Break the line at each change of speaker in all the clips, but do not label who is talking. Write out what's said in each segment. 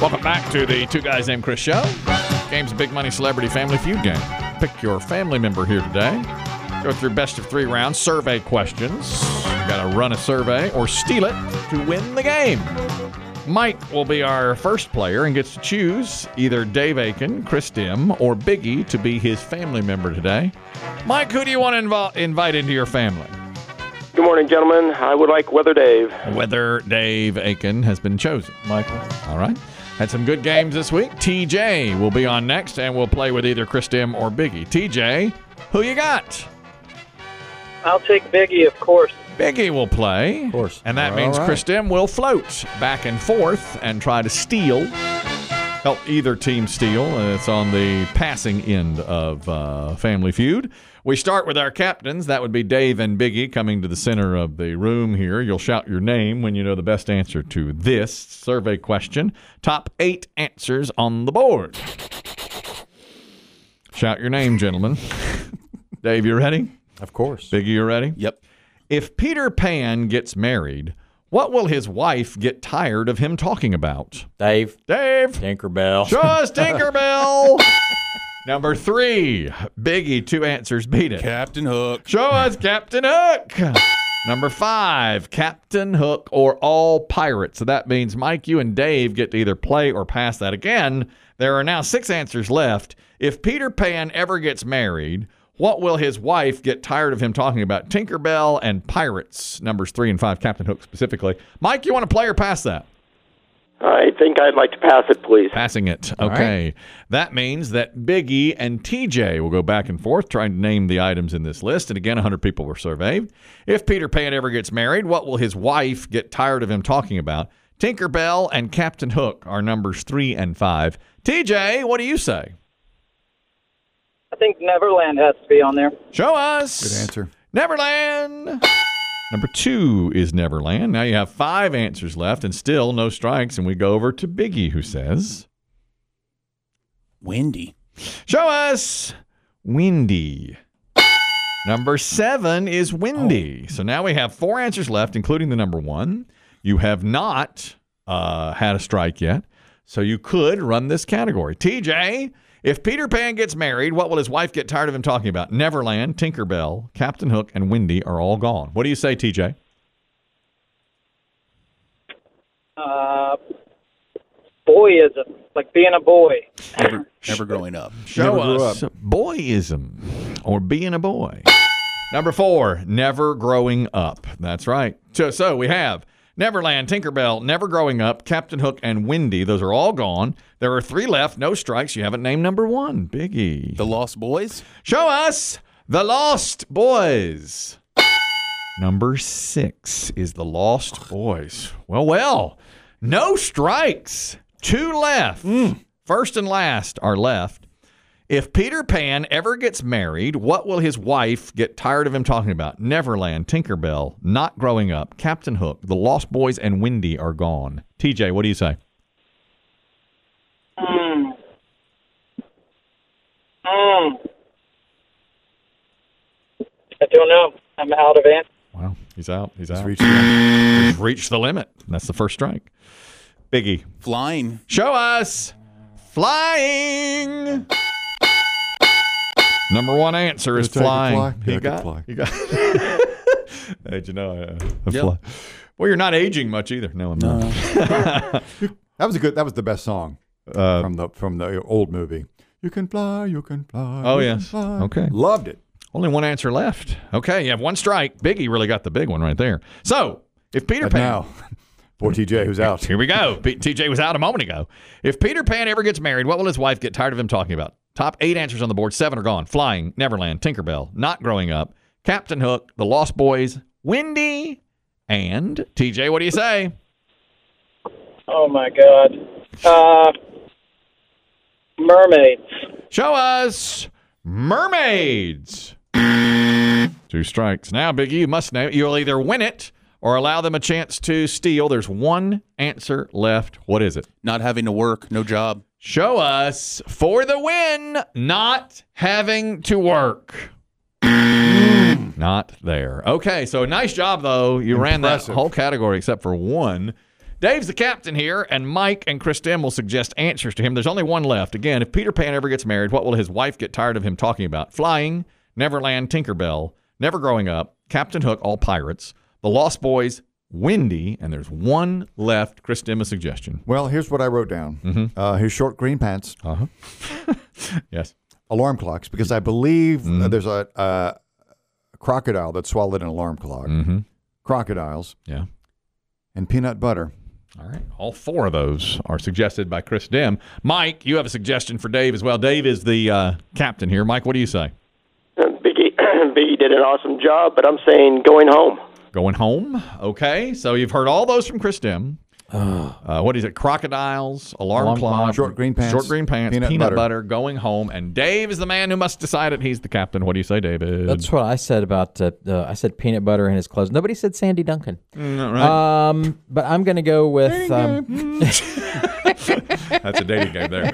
Welcome back to the Two Guys Named Chris show. Game's Big Money Celebrity Family Feud game. Pick your family member here today. Go through best of three rounds, survey questions. You gotta run a survey or steal it to win the game. Mike will be our first player and gets to choose either Dave Aiken, Chris Dim, or Biggie to be his family member today. Mike, who do you want to invo- invite into your family?
Good morning, gentlemen. I would like Weather Dave.
Whether Dave Aiken has been chosen.
Michael.
All right. Had some good games this week. TJ will be on next, and we'll play with either Chris Dim or Biggie. TJ, who you got?
I'll take Biggie, of course.
Biggie will play. Of
course.
And that
All
means
right.
Chris Dim will float back and forth and try to steal. Help either team steal. and It's on the passing end of uh, Family Feud. We start with our captains. That would be Dave and Biggie coming to the center of the room here. You'll shout your name when you know the best answer to this survey question. Top eight answers on the board. Shout your name, gentlemen. Dave, you ready?
Of course.
Biggie, you ready?
Yep.
If Peter Pan gets married, what will his wife get tired of him talking about?
Dave.
Dave,
Tinkerbell.
show us Tinkerbell. Number three, Biggie, two answers beat it.
Captain Hook.
Show us Captain Hook. Number five, Captain Hook or All Pirates. So that means Mike, you and Dave get to either play or pass that again. There are now six answers left. If Peter Pan ever gets married, what will his wife get tired of him talking about? Tinkerbell and Pirates, numbers three and five, Captain Hook specifically. Mike, you want to play or pass that?
I think I'd like to pass it, please.
Passing it. Okay. That means that Biggie and TJ will go back and forth trying to name the items in this list. And again, 100 people were surveyed. If Peter Pan ever gets married, what will his wife get tired of him talking about? Tinkerbell and Captain Hook are numbers three and five. TJ, what do you say?
I think Neverland has to be on there.
Show us.
Good answer.
Neverland. Number two is Neverland. Now you have five answers left and still no strikes. And we go over to Biggie, who says.
Windy.
Show us Windy. Number seven is Windy. So now we have four answers left, including the number one. You have not uh, had a strike yet, so you could run this category. TJ, if Peter Pan gets married, what will his wife get tired of him talking about? Neverland, Tinkerbell, Captain Hook, and Windy are all gone. What do you say, TJ?
Uh, boyism, like being a boy.
Never, never growing up.
Show
Never grew
us boyism or being a boy. Number four, never growing up. That's right. So, so we have Neverland, Tinkerbell, Never Growing Up, Captain Hook, and Wendy. Those are all gone. There are three left. No strikes. You haven't named number one, Biggie.
The Lost Boys.
Show us the Lost Boys. Number six is the Lost Boys. Well, well, no strikes. Two left. First and last are left. If Peter Pan ever gets married, what will his wife get tired of him talking about? Neverland, Tinkerbell, Not Growing Up, Captain Hook, The Lost Boys, and Wendy are gone. TJ, what do you say?
Mm. Mm. I don't know. I'm out of answers.
Wow, he's out. He's out.
Just reaching out.
He's reached the limit. That's the first strike. Biggie,
Flying.
Show us flying. Number one answer is
Did I take a
flying.
fly?
He
Yeah, I could
got,
fly.
He got. How'd you know? Uh, a
Yeah.
fly. Well, you're not aging much either. No, I'm not.
That was a good. That was the best song from the from the old movie. You can fly. You can fly.
Oh,
you
yes.
can fly.
Okay.
Loved it.
Only one answer left. Okay, you have one strike. Biggie really got the big one right there. So if Peter
But
Pan.
now, poor TJ who's out.
Here we go. P- TJ was out a moment ago. If Peter Pan ever gets married, what will his wife get tired of him talking about? Top eight answers on the board. Seven are gone. Flying, Neverland, Tinkerbell, Not Growing Up, Captain Hook, The Lost Boys, Wendy, and TJ. What do you say?
Oh my god. Uh, mermaids.
Show us mermaids. Two strikes. Now, Biggie, you must know. You'll either win it or allow them a chance to steal. There's one answer left. What is it?
Not having to work. No job.
Show us for the win, not having to work. not there. Okay, so nice job though. You ran that
Impressive.
whole category except for one. Dave's the captain here, and Mike and Kristen will suggest answers to him. There's only one left. Again, if Peter Pan ever gets married, what will his wife get tired of him talking about? Flying, Neverland, Tinkerbell, Never Growing Up, Captain Hook, All Pirates, The Lost Boys, Wendy, and there's one left. Kristen, a suggestion.
Well, here's what I wrote down. Uh, his short green pants,
Yes.
alarm clocks, because I believe uh, there's a, uh, a crocodile that swallowed an alarm clock.
Mm-hmm.
Crocodiles
Yeah.
and peanut butter.
All right. All four of those are suggested by Chris Dim. Mike, you have a suggestion for Dave as well. Dave is the uh, captain here. Mike, what do you say?
Uh, Biggie, Biggie did an awesome job, but I'm saying going home.
Going home. Okay. So you've heard all those from Chris Dim. Uh, what is it? Crocodiles, alarm,
Alarm
clock,
clock, short green pants,
short green pants, peanut,
peanut
butter.
butter.
going home, and Dave is the man who must decide it. He's the captain. What do you say, David?
That's what I said about. Uh, uh, I said peanut butter in his clothes. Nobody said Sandy Duncan.
Uh,
Um, but I'm gonna go with. Um,
That's a dating game there.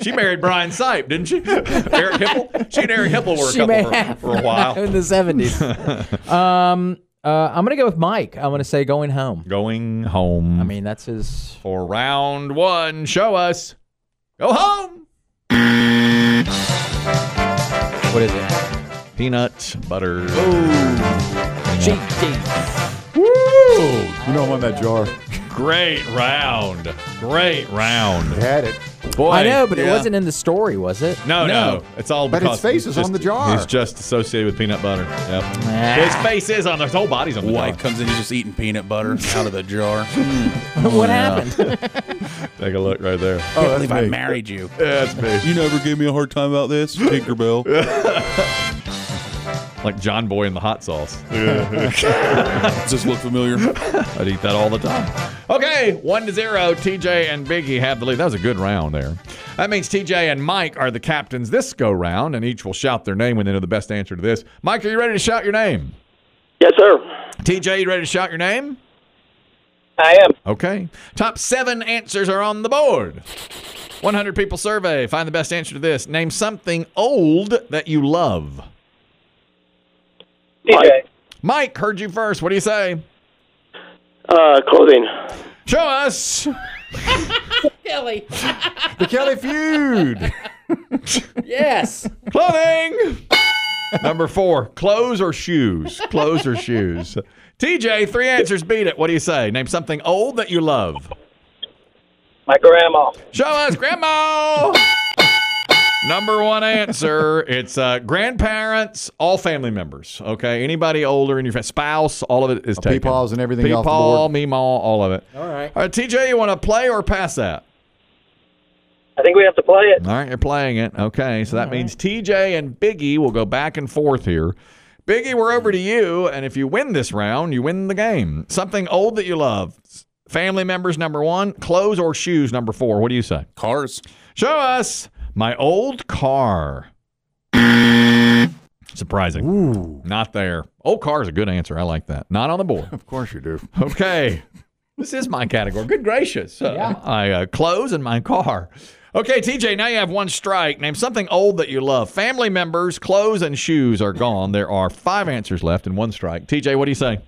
she married Brian Sipe, didn't she? Eric Hipple. She and Eric Hipple were a
she may
couple for,
have
for a while.
in the '70s. um, uh, I'm gonna go with Mike. I'm gonna say going home.
Going home.
I mean, that's his.
for round one. Show us. Go home.
What is it?
Peanut butter.
You know I'm on that jar.
Great round. Great round.
They had it.
Boy.
I know, but it
yeah.
wasn't in the story, was it?
No, no,
No.
It's all
But his
because
face
he's
is on
just-
the jar.
He's just associated with peanut butter. Yep. His face is on there. His whole body's on the
Wife
jar.
comes in, he's just eating peanut butter out of the jar. Mm,
what happened?
Take a look right there.
Oh,
I
that's
believe I
me.
married you.
That's me.
You never gave me a hard time about this, Tinkerbell.
Like John Boy in the hot sauce.
Does this look familiar?
I'd eat that all the time. Okay, one to zero. TJ and Biggie have the lead. That was a good round there. That means TJ and Mike are the captains this go round, and each will shout their name when they know the best answer to this. Mike, are you ready to shout your name?
Yes, sir.
TJ, you ready to shout your name?
I am.
Okay. Top seven answers are on the board. 100 people survey. Find the best answer to this. Name something old that you love.
TJ.
Mike, heard you first. What do you say?
Uh, clothing.
Show us.
Kelly.
The Kelly feud.
Yes.
Clothing. Number four, clothes or shoes? Clothes or shoes? TJ, three answers beat it. What do you say? Name something old that you love.
My grandma.
Show us, Grandma. Number one answer. It's uh, grandparents, all family members. Okay, anybody older in your fa- spouse, all of it is taken.
peepaws and everything off the
Peepaw,
board.
meemaw, all of it. All
All right.
right, TJ, you want to play or pass that?
I think we have to play it.
All right, you're playing it. Okay, so that means TJ and Biggie will go back and forth here. Biggie, we're over to you, and if you win this round, you win the game. Something old that you love. Family members, number one. Clothes or shoes, number four. What do you say?
Cars.
Show us my old car. Surprising.
Ooh,
Not there. Old car is a good answer. I like that. Not on the board.
of course you do.
Okay. this is my category. Good gracious. Uh, I uh, clothes and my car. Okay, TJ, now you have one strike. Name something old that you love. Family members, clothes, and shoes are gone. There are five answers left and one strike. TJ, what do you say?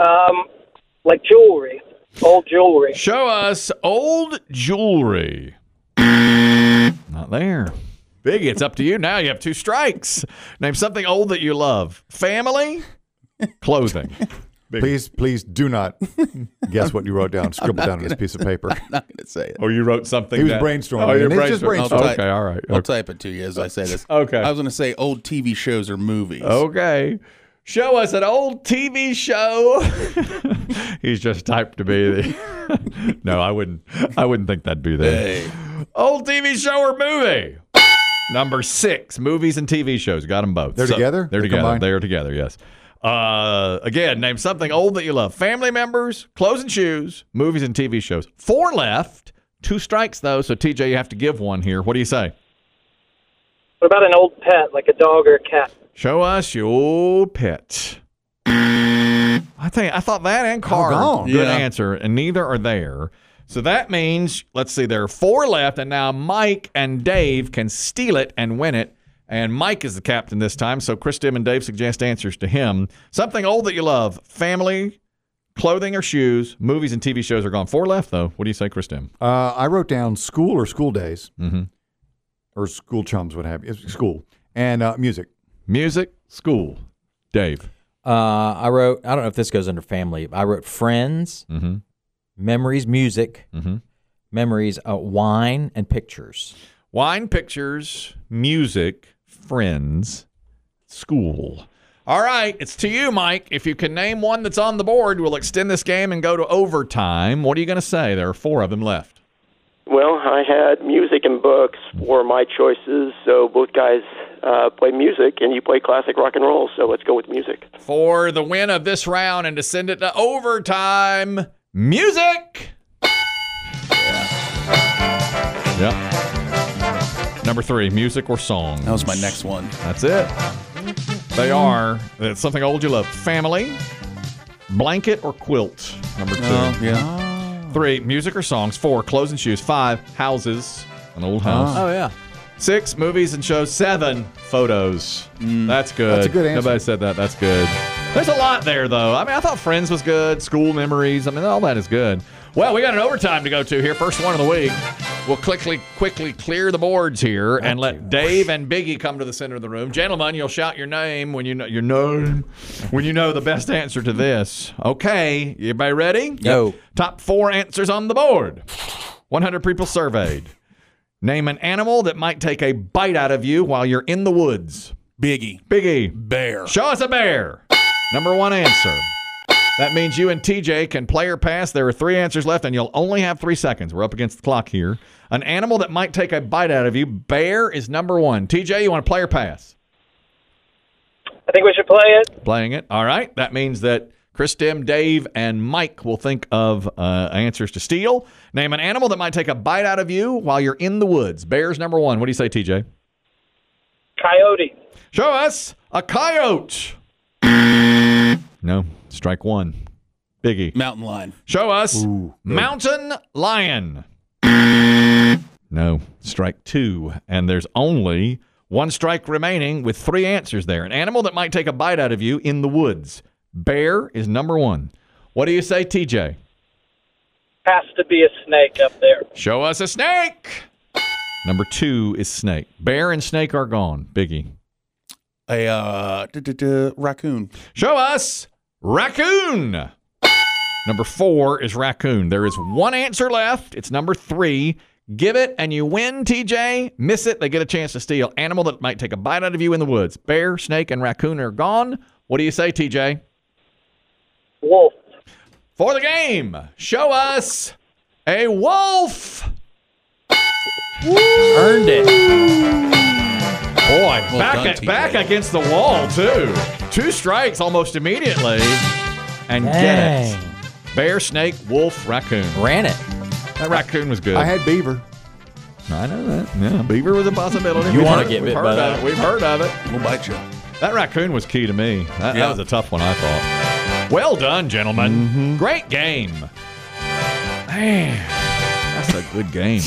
Um, like jewelry, old jewelry.
Show us old jewelry. Not there. Big, it's up to you now. You have two strikes. Name something old that you love. Family, clothing.
Please, please do not guess what you wrote down. Scribble down on this piece of paper.
Not going to say it.
or Oh, you wrote something.
He was
that-
brainstorming.
Oh, you're
It's just
brainstorming.
brainstorming.
Okay, all right.
I'll
Okay.
type it to you as I say this.
Okay.
I was going to say old TV shows or movies.
Okay. Show us an old TV show. He's just typed to be the. no, I wouldn't. I wouldn't think that'd be there.
Hey.
Old TV show or movie? Number six, movies and TV shows. Got them both.
They're together?
They're
They
together.
combine?
They're together. Yes. Uh, again, name something old that you love. Family members, clothes and shoes, movies and TV shows. Four left. Two strikes though, so TJ, you have to give one here. What do you say?
What about an old pet, like a dog or a cat?
Show us your pet. I think I thought that and car.
gone.
Good
Yeah.
answer, and neither are there. So that means let's see, there are four left, and now Mike and Dave can steal it and win it. And Mike is the captain this time, so Chris Dim and Dave suggest answers to him. Something old that you love, family, clothing or shoes. Movies and TV shows are gone. Four left, though. What do you say, Chris Dim?
Uh, I wrote down school or school days, or school chums, what have you. It's School and uh, music.
Music, school. Dave.
Uh, I wrote. I don't know if this goes under family. I wrote friends,
Mm-hmm.
memories, music, memories, uh, wine, and pictures.
Wine, pictures, music, friends, school. All right, it's to you, Mike. If you can name one that's on the board, we'll extend this game and go to overtime. What are you going to say? There are four of them left.
Well, I had music and books were my choices. So both guys uh, play music, and you play classic rock and roll. So let's go with music.
For the win of this round and to send it to overtime, music. Yep. Number three, music or song.
That was my next one.
That's it. They are it's something old you love. Family, blanket or quilt. Number two.
Oh, yeah.
Three, music or songs. Four, clothes and shoes. Five, houses, an old house.
Oh yeah.
Six, movies and shows. Seven, photos. that's good.
Mm. That's a good answer.
Nobody said that. That's good. There's a lot there, though. I mean, I thought Friends was good, school memories. I mean, all that is good. Well, we got an overtime to go to here. First one of the week. We'll quickly, quickly clear the boards here and let Dave and Biggie come to the center of the room. Gentlemen, you'll shout your name when you know your name when you know the best answer to this. Okay, everybody ready?
Yo.
Top four answers on the board. 100 people surveyed. Name an animal that might take a bite out of you while you're in the woods.
Biggie.
Biggie,
Bear.
show us a bear. Number one answer. That means you and TJ can play or pass. There are three answers left, and you'll only have three seconds. We're up against the clock here. An animal that might take a bite out of you. Bear is number one. TJ, you want to play or pass?
I think we should play it.
Playing it. All right. That means that Chris, Dim, Dave, and Mike will think of uh, answers to steal. Name an animal that might take a bite out of you while you're in the woods. Bear's number one. What do you say, TJ?
Coyote.
Show us a coyote. no, strike one. Biggie.
Mountain lion.
Show us mountain lion. no, strike two. And there's only one strike remaining with three answers there. An animal that might take a bite out of you in the woods. Bear is number one. What do you say, TJ?
Has to be a snake up there.
Show us a snake. Number two is snake. Bear and snake are gone. Biggie.
A uh, duh, duh, duh, raccoon.
Show us raccoon. Number four is raccoon. There is one answer left. It's number three. Give it and you win, TJ. Miss it, they get a chance to steal. Animal that might take a bite out of you in the woods. Bear, snake, and raccoon are gone. What do you say, TJ?
Wolf.
For the game, show us a wolf.
Earned it.
Boy, back
done,
at,
TJ.
back against the wall too. Two strikes almost immediately, and get
Dang.
it. Bear, snake, wolf, raccoon.
Ran it.
That raccoon was good.
I had beaver.
I know that. Yeah, beaver was a possibility.
You
We've
wanna
heard-
get
we've
bit
heard
by
of
that.
it. We've heard of it.
We'll bite you.
That raccoon was key to me. That, that
Yeah.
was a tough one, I thought. Well done, gentlemen. Great game. Man, that's a good game.